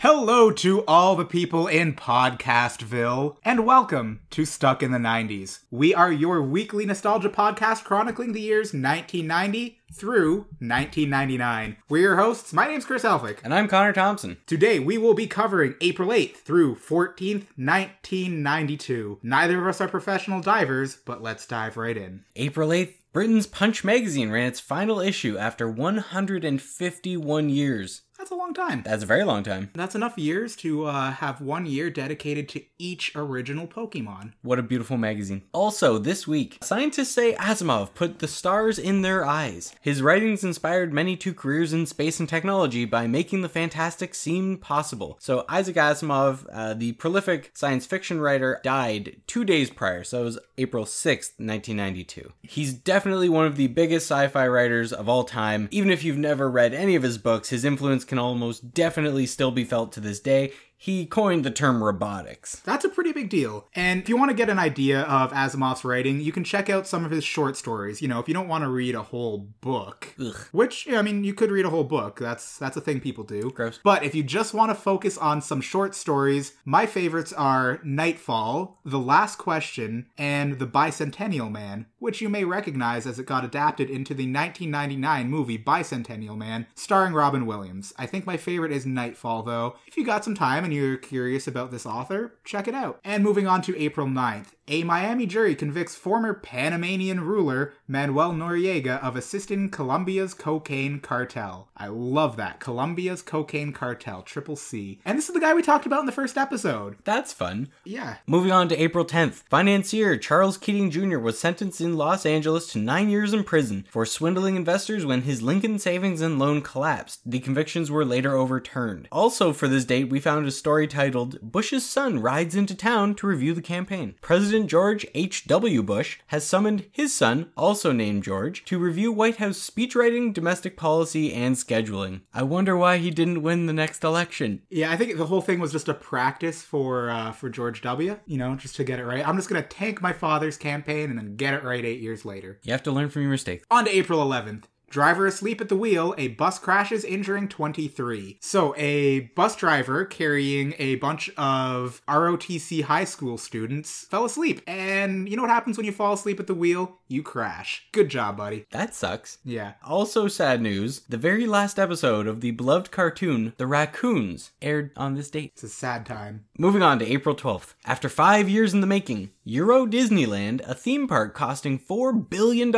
Hello to all the people in Podcastville, and welcome to Stuck in the 90s. We are your weekly nostalgia podcast chronicling the years 1990 through 1999. We're your hosts. My name's Chris Elphick. And I'm Connor Thompson. Today we will be covering April 8th through 14th, 1992. Neither of us are professional divers, but let's dive right in. April 8th, Britain's Punch magazine ran its final issue after 151 years. That's a long time. That's a very long time. That's enough years to uh, have one year dedicated to each original Pokemon. What a beautiful magazine. Also, this week, scientists say Asimov put the stars in their eyes. His writings inspired many to careers in space and technology by making the fantastic seem possible. So, Isaac Asimov, uh, the prolific science fiction writer, died two days prior. So, it was April 6th, 1992. He's definitely one of the biggest sci fi writers of all time. Even if you've never read any of his books, his influence can almost definitely still be felt to this day. He coined the term robotics. That's a pretty big deal. And if you want to get an idea of Asimov's writing, you can check out some of his short stories. You know, if you don't want to read a whole book, Ugh. which I mean, you could read a whole book. That's that's a thing people do. Gross. But if you just want to focus on some short stories, my favorites are Nightfall, The Last Question, and The Bicentennial Man, which you may recognize as it got adapted into the 1999 movie Bicentennial Man, starring Robin Williams. I think my favorite is Nightfall, though. If you got some time and you're curious about this author, check it out. And moving on to April 9th, a Miami jury convicts former Panamanian ruler Manuel Noriega of assisting Colombia's cocaine cartel. I love that. Colombia's cocaine cartel, triple C. And this is the guy we talked about in the first episode. That's fun. Yeah. Moving on to April 10th, financier Charles Keating Jr. was sentenced in Los Angeles to nine years in prison for swindling investors when his Lincoln savings and loan collapsed. The convictions were later overturned. Also, for this date, we found a story titled Bush's Son Rides into Town to Review the Campaign. President George H.W. Bush has summoned his son, also named George, to review White House speechwriting, domestic policy, and scheduling. I wonder why he didn't win the next election. Yeah, I think the whole thing was just a practice for uh, for George W. You know, just to get it right. I'm just gonna tank my father's campaign and then get it right eight years later. You have to learn from your mistakes. On to April 11th. Driver asleep at the wheel, a bus crashes, injuring 23. So, a bus driver carrying a bunch of ROTC high school students fell asleep. And you know what happens when you fall asleep at the wheel? You crash. Good job, buddy. That sucks. Yeah. Also, sad news the very last episode of the beloved cartoon, The Raccoons, aired on this date. It's a sad time. Moving on to April 12th. After five years in the making, Euro Disneyland, a theme park costing $4 billion,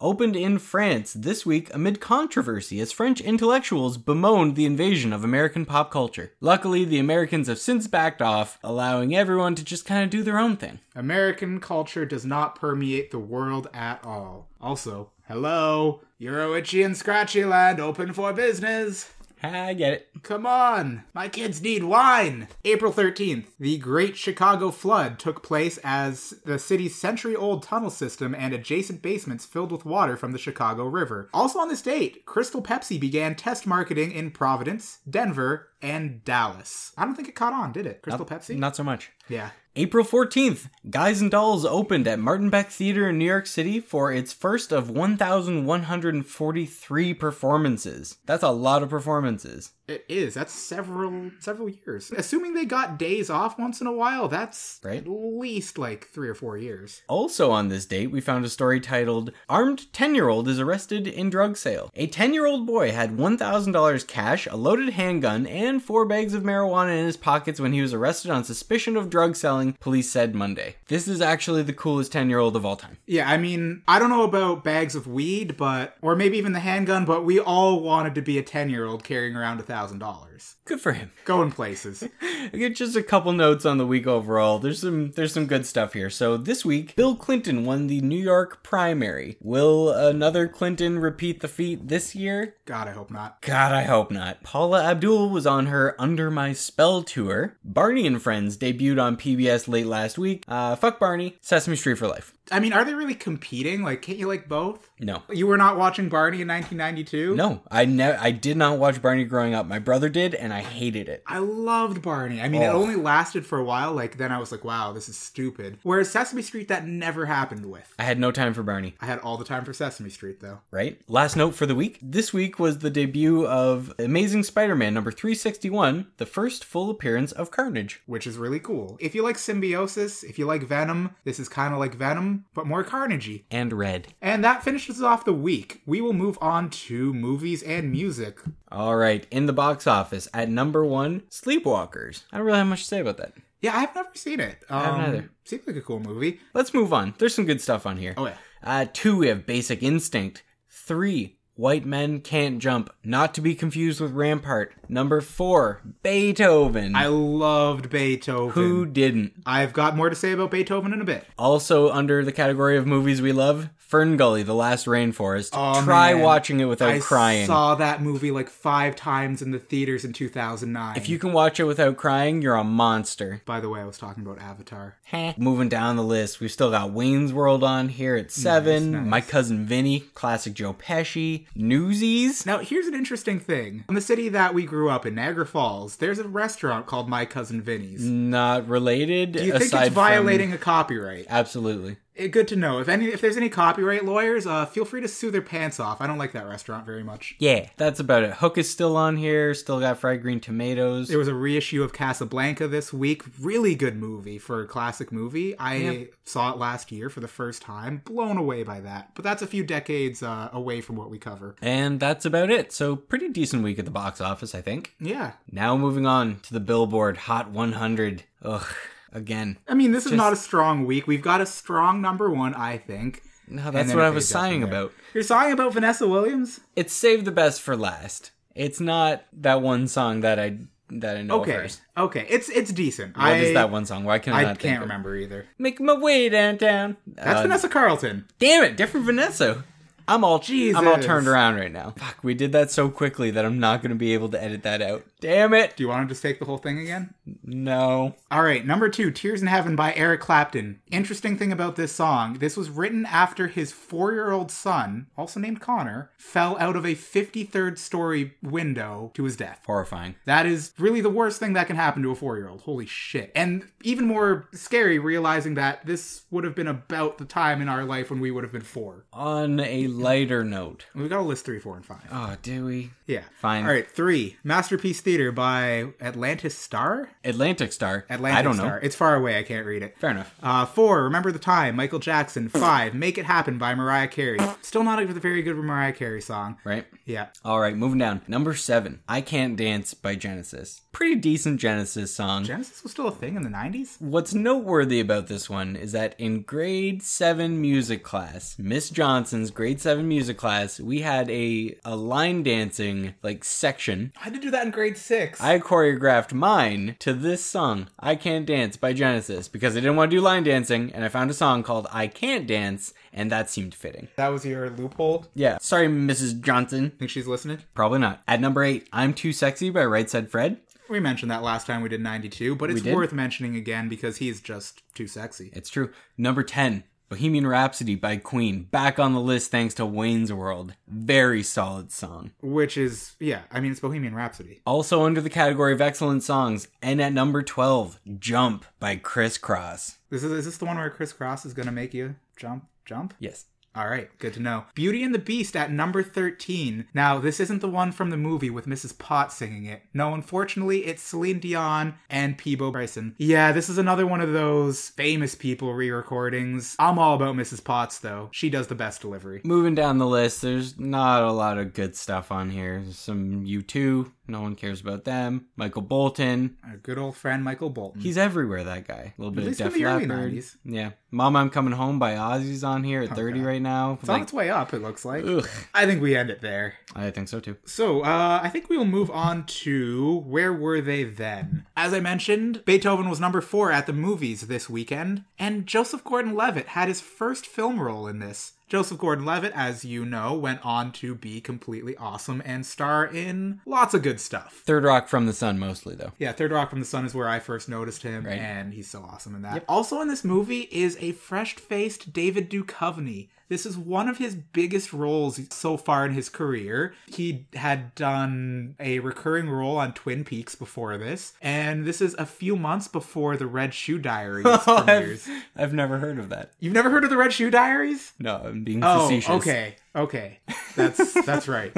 opened in France this week amid controversy as French intellectuals bemoaned the invasion of American pop culture. Luckily, the Americans have since backed off, allowing everyone to just kind of do their own thing. American culture does not permeate the world at all. Also, hello. Euro itchy and scratchy land open for business. I get it. Come on, my kids need wine. April 13th, the Great Chicago Flood took place as the city's century old tunnel system and adjacent basements filled with water from the Chicago River. Also on this date, Crystal Pepsi began test marketing in Providence, Denver, and Dallas. I don't think it caught on, did it? Crystal Pepsi? Not so much. Yeah. April 14th, Guys and Dolls opened at Martin Beck Theater in New York City for its first of 1,143 performances. That's a lot of performances. It is. That's several several years. Assuming they got days off once in a while, that's Right. at least like 3 or 4 years. Also on this date, we found a story titled Armed 10 Year Old is Arrested in Drug Sale. A 10 year old boy had $1,000 cash, a loaded handgun, and four bags of marijuana in his pockets when he was arrested on suspicion of drug selling, police said Monday. This is actually the coolest 10 year old of all time. Yeah, I mean, I don't know about bags of weed, but or maybe even the handgun, but we all wanted to be a 10-year-old carrying around a $1000. Good for him. Going places. I get just a couple notes on the week overall. There's some there's some good stuff here. So this week, Bill Clinton won the New York primary. Will another Clinton repeat the feat this year? God, I hope not. God, I hope not. Paula Abdul was on her Under My Spell tour. Barney and Friends debuted on PBS late last week. Uh, fuck Barney. Sesame Street for life. I mean, are they really competing? Like, can't you like both? No. You were not watching Barney in 1992? No, I never. I did not watch Barney growing up. my brother did, and I hated it. I loved Barney. I mean, it Oh. only lasted for a while. Like, then I was like, wow, this is stupid. Whereas Sesame Street, that never happened with. I had no time for Barney. I had all the time for Sesame Street, though. right? Last note for the week. This week was the debut of Amazing Spider Man number 361, the first full appearance of Carnage. Which is really cool. If you like Symbiosis, if you like Venom, this is kind of like Venom, but more carnagey. And red. And that finishes off the week. We will move on to movies and music. All right, in the box office at number one, Sleepwalkers. I don't really have much to say about that. Yeah, I've never seen it. Um, haven't either. Seems like a cool movie. Let's move on. There's some good stuff on here. Oh, yeah. Uh, two, we have Basic Instinct. Three, White Men Can't Jump, not to be confused with Rampart. Number four, Beethoven. I loved Beethoven. Who didn't? I've got more to say about Beethoven in a bit. Also under the category of movies we love, Fern Gully, The Last Rainforest. Oh, Try man. watching it without I crying. saw that movie like five times in the theaters in 2009. If you can watch it without crying, you're a monster. By the way, I was talking about Avatar. Heh. Moving down the list, we've still got Wayne's World on here at seven. nice. My cousin Vinny, classic Joe Pesci, Newsies. Now, here's an interesting thing. In the city that we grew up in, Niagara Falls, there's a restaurant called My Cousin Vinny's. Not related. Do you think Mm, aside it's from- violating a copyright? Absolutely. Eh, Good to know. If any, if there's any copyright lawyers, uh, feel free to sue their pants off. I don't like that restaurant very much. Yeah, that's about it. Hook is still on here. Still got fried green tomatoes. There was a reissue of Casablanca this week. Really good movie for a classic movie. I saw it last year for the first time. Blown away by that. But that's a few decades uh, away from what we cover. And that's about it. So pretty decent week at the box office, I think. Yeah. Now moving on to the Billboard Hot 100. Ugh, again. I mean, this is not a strong week. We've got a strong number one, I think. No, And that's then what it I was fades out from sighing there. about. You're sighing about Vanessa Williams? It's save the best for last. It's not that one song that I that I know Okay. first. Okay. It's it's decent. What I, is that one song? Why can I, I not think can't of it? remember either. Make my way downtown. That's Uh, Vanessa Carlton. Damn it, different Vanessa. I'm all I'm all Jesus. turned around right now. Fuck, we did that so quickly that I'm not going to be able to edit that out. Damn it. Do you want to just take the whole thing again? No. All right, number two, Tears in Heaven by Eric Clapton. Interesting thing about this song, this was written after his four year old son, also named Connor, fell out of a 53rd story window to his death. Horrifying. That is really the worst thing that can happen to a four year old. Holy shit. And even more scary, realizing that this would have been about the time in our life when we would have been four. On a lighter note. We've got to list three, four, and five. Oh, do we? Yeah. Fine. All right, three, Masterpiece Theater by Atlantis Star? Atlantic Star. Atlantis I don't know. Star. It's far away, I can't read it. Fair enough. Uh, four, Remember the Time, Michael Jackson. Five, Make It Happen by Mariah Carey. Still not a very good Mariah Carey song. Right? Yeah. All right, moving down. Number seven, I Can't Dance by Genesis. Pretty decent Genesis song. Genesis was still a thing in the 90s? What's noteworthy about this one is that in grade seven music class, Miss Johnson's grade seven music class, we had a, a line dancing like section. I had to do that in grade six. I choreographed mine to this song, I Can't Dance by Genesis, because I didn't want to do line dancing, and I found a song called I Can't Dance, and that seemed fitting. that was your loophole. Yeah. Sorry, Mrs. Johnson. Think she's listening? Probably not. At number eight, I'm Too Sexy by Right Said Fred. We mentioned that last time we did 92, but it's did? worth mentioning again because he's just too sexy. It's true. Number 10, Bohemian Rhapsody by Queen. Back on the list thanks to Wayne's World. Very solid song. Which is, yeah, I mean, it's Bohemian Rhapsody. Also under the category of excellent songs, and at number 12, Jump by Criss Cross. This is, is this the one where Chris Cross is going to make you jump, jump? Yes. All right, good to know. Beauty and the Beast at number 13. Now, this isn't the one from the movie with Mrs. Potts singing it. No, unfortunately, it's Celine Dion and Peebo Bryson. Yeah, this is another one of those famous people re recordings. I'm all about Mrs. Potts, though. She does the best delivery. Moving down the list, there's not a lot of good stuff on here. There's some U2, no one cares about them. Michael Bolton, Our good old friend Michael Bolton. he's everywhere, that guy. A little bit least in of Def the early Leppard. 90s. Yeah. Mama, I'm Coming Home by Ozzy's on here at 30 right now. Oh, it's on its way up, it looks like. ugh. I think we end it there. I think so too. So, uh, I think we will move on to Where Were They Then? As I mentioned, Beethoven was number four at the movies this weekend, and Joseph Gordon Levitt had his first film role in this Joseph Gordon Levitt, as you know, went on to be completely awesome and star in lots of good stuff. Third Rock from the Sun, mostly, though. Yeah, Third Rock from the Sun is where I first noticed him, Right. and he's so awesome in that. Also in this movie is a fresh-faced David Duchovny. This is one of his biggest roles so far in his career. He had done a recurring role on Twin Peaks before this, and this is a few months before the Red Shoe Diaries premieres. Oh, I've, I've never heard of that. You've never heard of the Red Shoe Diaries? No, I'm being Oh, facetious. okay, okay, that's that's right.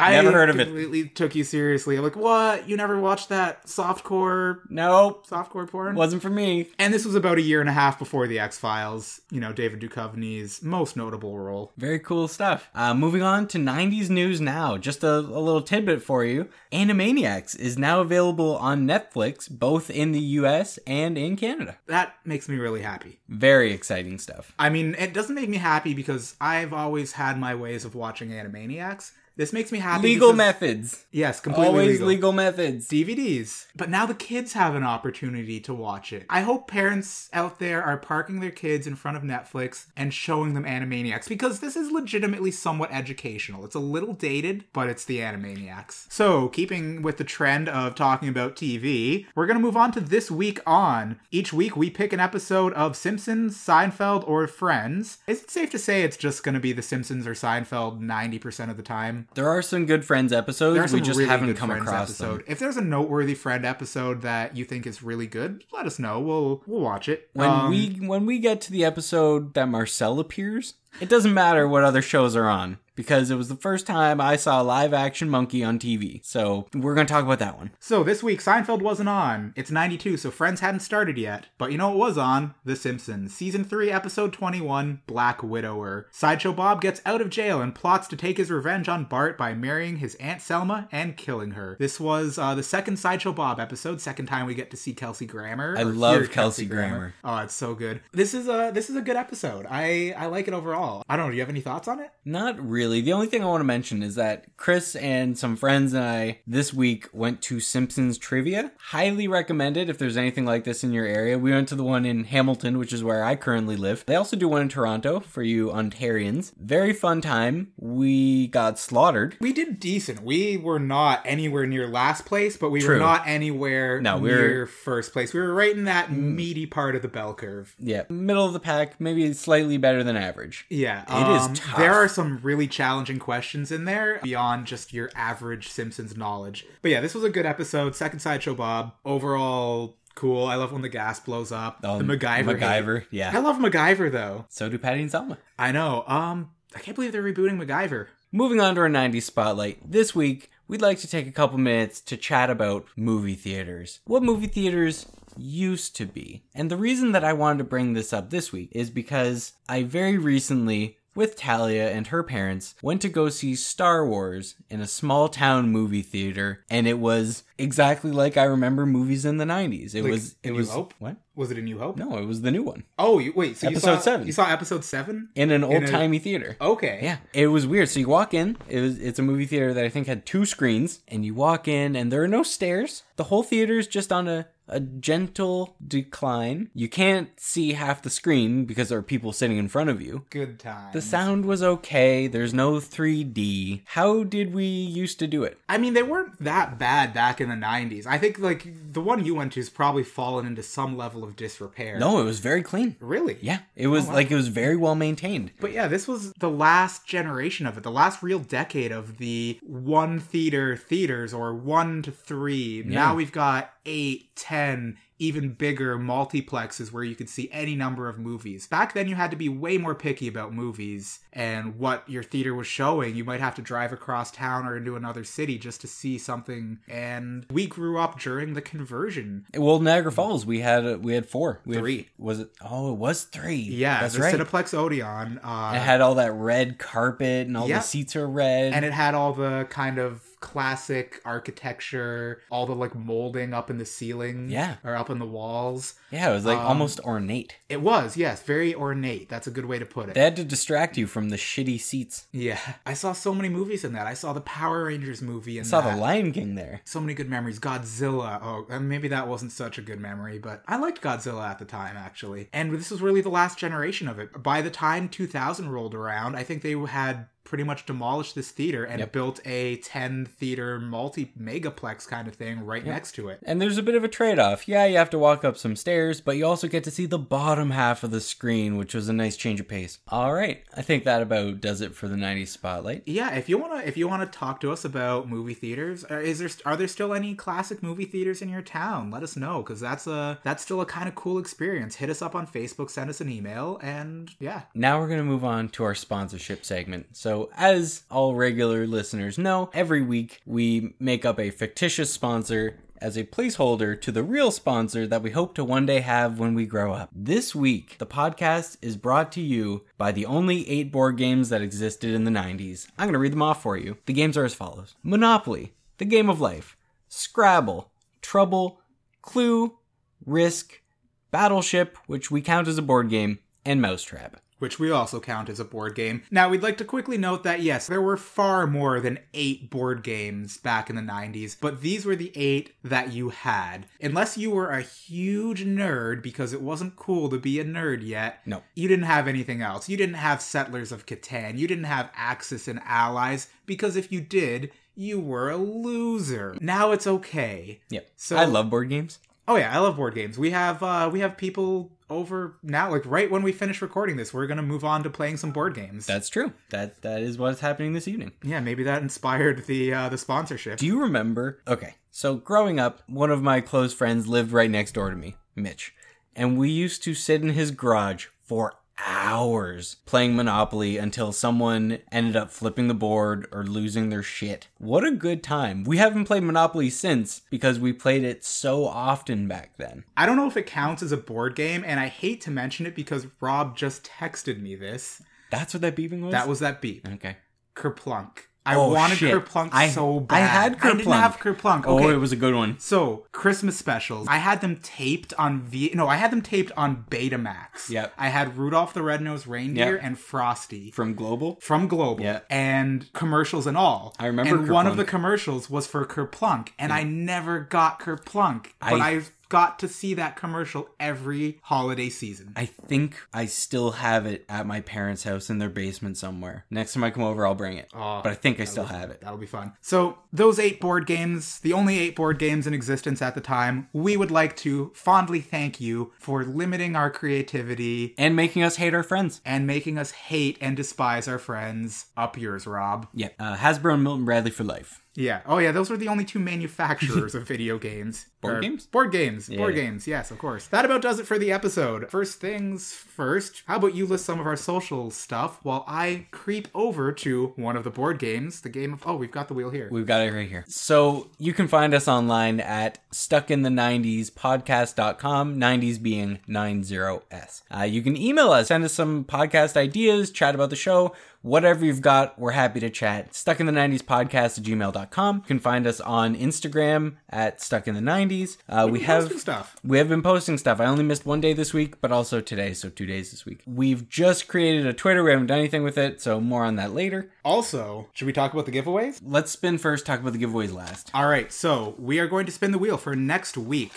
I Never heard of it. Completely took you seriously. I'm like, what? You never watched that softcore Nope. softcore porn? Wasn't for me. And this was about a year and a half before the X Files. You know, David Duchovny's most notable role. Very cool stuff. Uh, moving on to 90s news now. Just a, a little tidbit for you. Animaniacs is now available on Netflix, both in the US and in Canada. That makes me really happy. Very exciting stuff. I mean, it doesn't make me happy because I've always had my ways of watching Animaniacs. This makes me happy. Legal because- methods. Yes, completely Always legal. legal. methods. DVDs. But now the kids have an opportunity to watch it. I hope parents out there are parking their kids in front of Netflix and showing them Animaniacs because this is legitimately somewhat educational. It's a little dated, but it's the Animaniacs. So, keeping with the trend of talking about TV, we're going to move on to this week on. Each week we pick an episode of Simpsons, Seinfeld, or Friends. Is it safe to say it's just going to be The Simpsons or Seinfeld 90% of the time? There are some good Friends There are episodes. We some just really haven't good come Friends across episode. them. If there's a noteworthy friend episode that you think is really good, let us know. We'll we'll watch it. When Um, we when we get to the episode that Marcel appears, it doesn't matter what other shows are on because it was the first time I saw a live action monkey on TV. So we're gonna talk about that one. so this week Seinfeld wasn't on. It's 92, so Friends hadn't started yet. But you know what was on? The Simpsons, season 3, episode 21, Black Widower. Sideshow Bob gets out of jail and plots to take his revenge on Bart by marrying his aunt Selma and killing her. This was uh, the second Sideshow Bob episode, second time we get to see Kelsey Grammer. I or love hear Kelsey Grammer. Oh, it's so good. This is a this is a good episode. I I like it overall. I don't know. Do you have any thoughts on it? Not really. The only thing I want to mention is that Chris and some friends and I this week went to Simpsons Trivia. Highly recommended if there's anything like this in your area. We went to the one in Hamilton, which is where I currently live. They also do one in Toronto for you Ontarians. Very fun time. We got slaughtered. We did decent. We were not anywhere near last place, but we True. were not anywhere No, we were- Mm. near first place. We were right in that meaty part of the bell curve. Yeah, middle of the pack, maybe slightly better than average. Yeah, It is um, tough. There are some really challenging questions in there beyond just your average Simpsons knowledge. But yeah, this was a good episode. Second sideshow Bob. Overall, cool. I love when the gas blows up. Um, the MacGyver. hate. MacGyver, I yeah. love MacGyver though. So do Patty and Selma. I know. Um, I can't believe they're rebooting MacGyver. Moving on to our 90s spotlight, this week we'd like to take a couple minutes to chat about movie theaters. What movie theaters used to be. And the reason that I wanted to bring this up this week is because I very recently, with Talia and her parents, went to go see Star Wars in a small town movie theater, and it was exactly like I remember movies in the 90s. It Like, was, it New was, Hope? what? Was it a New Hope? No, it was the new one. Oh, you, wait. So you Episode saw, seven. You saw episode seven. in an a- old timey theater. Okay. Yeah, it was weird. So you walk in, it was it's a movie theater that I think had two screens, and you walk in, and there are no stairs. The whole theater is just on a a gentle decline. You can't see half the screen because there are people sitting in front of you. Good time. The sound was okay. There's no 3D. How did we used to do it? I mean, they weren't that bad back in the '90s. I think like the one you went to has probably fallen into some level of disrepair. No, it was very clean. Really? Yeah, it was Oh, like it was very well maintained. But yeah, this was the last generation of it, the last real decade of the one theater theaters or one to three. Now we've got eight, ten, even bigger multiplexes where you could see any number of movies. Back then, you had to be way more picky about movies and what your theater was showing. You might have to drive across town or into another city just to see something. And we grew up during the conversion. Well, Niagara Falls, we had uh, we had four, we had- Three. was it? Oh, it was three. Yeah, that's the right. Cineplex Odeon. Uh, It had all that red carpet and all Yeah. the seats are red. and it had all the kind of classic architecture, all the like molding up in the ceiling Yeah. or up in the walls. Yeah, it was like Um, almost ornate. It was, yes, very ornate. That's a good way to put it. They had to distract you from the shitty seats. yeah. I saw so many movies in that. I saw the Power Rangers movie in I saw that. the Lion King there. so many good memories. Godzilla. Oh, and maybe that wasn't such a good memory, but I liked Godzilla at the time, actually. And this was really the last generation of it. By the time 2000 rolled around, I think they had pretty much demolished this theater and Yep. built a 10 theater multi megaplex kind of thing right next to it. And there's a bit of a trade off. Yeah, you have to walk up some stairs, but you also get to see the bottom half of the screen, which was a nice change of pace. All right, I think that about does it for the 90s Spotlight. Yeah, if you wanna if you wanna talk to us about movie theaters, uh, is there are there still any classic movie theaters in your town? Let us know because that's a that's still a kind of cool experience. Hit us up on Facebook, send us an email, and yeah, Now we're going to move on to our sponsorship segment. So, as all regular listeners know, every week we make up a fictitious sponsor as a placeholder to the real sponsor that we hope to one day have when we grow up. This week, the podcast is brought to you by the only eight board games that existed in the 90s. I'm going to read them off for you. The games are as follows Monopoly, The Game of Life, Scrabble, Trouble, Clue, Risk, Battleship, which we count as a board game, and Mousetrap. which we also count as a board game. Now, we'd like to quickly note that yes, there were far more than eight board games back in the 90s, but these were the eight that you had. Unless you were a huge nerd because it wasn't cool to be a nerd yet. No. You didn't have anything else. You didn't have Settlers of Catan. You didn't have Axis and Allies because if you did, you were a loser. Now it's okay. Yep. So- I love board games. Oh yeah, I love board games. We have uh we have people over now like right when we finish recording this, we're going to move on to playing some board games. That's true. That that is what's happening this evening. yeah, maybe that inspired the uh the sponsorship. Do you remember? Okay. So growing up, one of my close friends lived right next door to me, Mitch, and we used to sit in his garage for hours playing Monopoly until someone ended up flipping the board or losing their shit. What a good time. We haven't played Monopoly since because we played it so often back then. I don't know if it counts as a board game and I hate to mention it because Rob just texted me this. That's what that beeping was? That was that beat. Okay. Kerplunk. I Oh, wanted shit. Kerplunk I- so I bad. had I didn't Kerplunk. have Kerplunk. Okay. Oh, it was a good one. So Christmas specials. I had them taped on V. No, I had them taped on Betamax. Yep. I had Rudolph the Red-Nosed Reindeer Yep. and Frosty From Global? from Global Yeah. and commercials and all. I remember And one of the Kerplunk. commercials was for Kerplunk, and I never got Kerplunk, but I- I got to see that commercial every holiday season. I think I still have it at my parents' house in their basement somewhere. Next time I come over, I'll bring it. Aw, but I think I still have it. That'll be fun. So, those eight board games, the only eight board games in existence at the time, we would like to fondly thank you for limiting our creativity And making us hate our friends. and making us hate and despise our friends. Up yours, Rob. Yeah. Uh, Hasbro and Milton Bradley for life. Yeah. Oh, yeah. Those were the only two manufacturers of video games. Board Or- games? Board games. Board Yeah. games. Yes, of course. That about does it for the episode. First things first. How about you list some of our social stuff while I creep over to one of the board games, the game of oh, we've got the wheel here. We've got it right here. So you can find us online at stuckinthe90spodcast.com, 90s being 90s. Uh, you can email us, send us some podcast ideas, chat about the show, whatever you've got, we're happy to chat. Stuckinthe90spodcast at gmail.com. You can find us on Instagram at stuckinthe90s. Uh, we have Posting stuff. We have been posting stuff. I only missed one day this week, but also today, so two days this week. We've just created a Twitter. We haven't done anything with it, so more on that later. Also, should we talk about the giveaways? Let's spin first, talk about the giveaways last. All right. So we are going to spin the wheel for next week.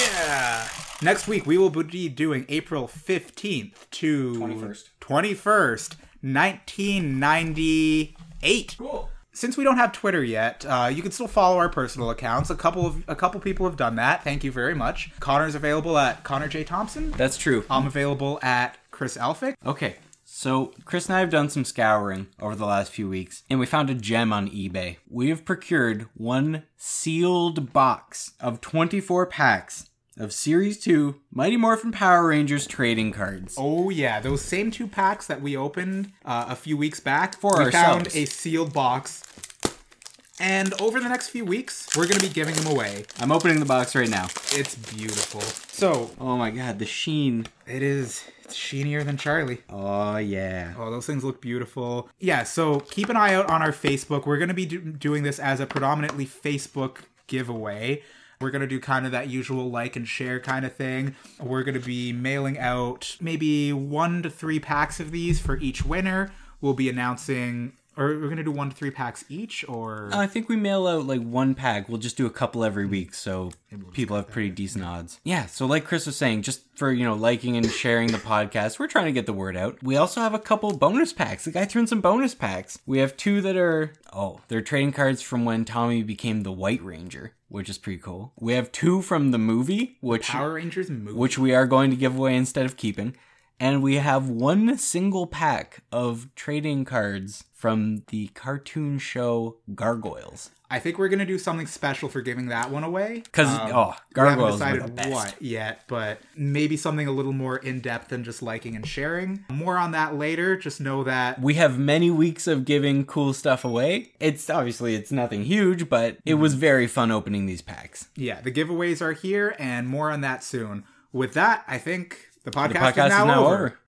Yeah. Next week we will be doing April fifteenth to 21st. 21st, 1998. Cool. Since we don't have Twitter yet, uh, you can still follow our personal accounts. A couple of a couple people have done that. Thank you very much. Connor's available at Connor J Thompson. That's true. I'm available at Chris Elphick. Okay, so Chris and I have done some scouring over the last few weeks, and we found a gem on eBay. We have procured one sealed box of 24 packs of Series 2 Mighty Morphin Power Rangers trading cards. Oh yeah, those same two packs that we opened uh, a few weeks back. For we ourselves. found a sealed box And over the next few weeks, we're going to be giving them away. I'm opening the box right now. It's beautiful. So, Oh my god, the sheen. it is it's sheenier than Charlie. Oh yeah. Oh, those things look beautiful. Yeah, so keep an eye out on our Facebook. We're going to be do- doing this as a predominantly Facebook giveaway. We're going to do kind of that usual like and share kind of thing. We're going to be mailing out maybe one to three packs of these for each winner. We'll be announcing, or we're going to do one to three packs each, or. I think we mail out like one pack. We'll just do a couple every week, so people have pretty decent odds. Yeah, so like Chris was saying, just for you know liking and sharing the podcast, we're trying to get the word out. We also have a couple bonus packs. The guy threw in some bonus packs. We have two that are oh, they're trading cards from when Tommy became the White Ranger, which is pretty cool. We have two from the movie, which Power Rangers movie. which we are going to give away instead of keeping. And we have one single pack of trading cards from the cartoon show Gargoyles. I think we're gonna do something special for giving that one away. Because, Um, oh, Gargoyles we were haven't the decided best. what yet, but maybe something a little more in depth than just liking and sharing. More on that later. Just know that We have many weeks of giving cool stuff away. It's obviously it's nothing huge, but it was Mm-hmm. very fun opening these packs. yeah, the giveaways are here, and more on that soon. With that, I think the podcast, The podcast is now over.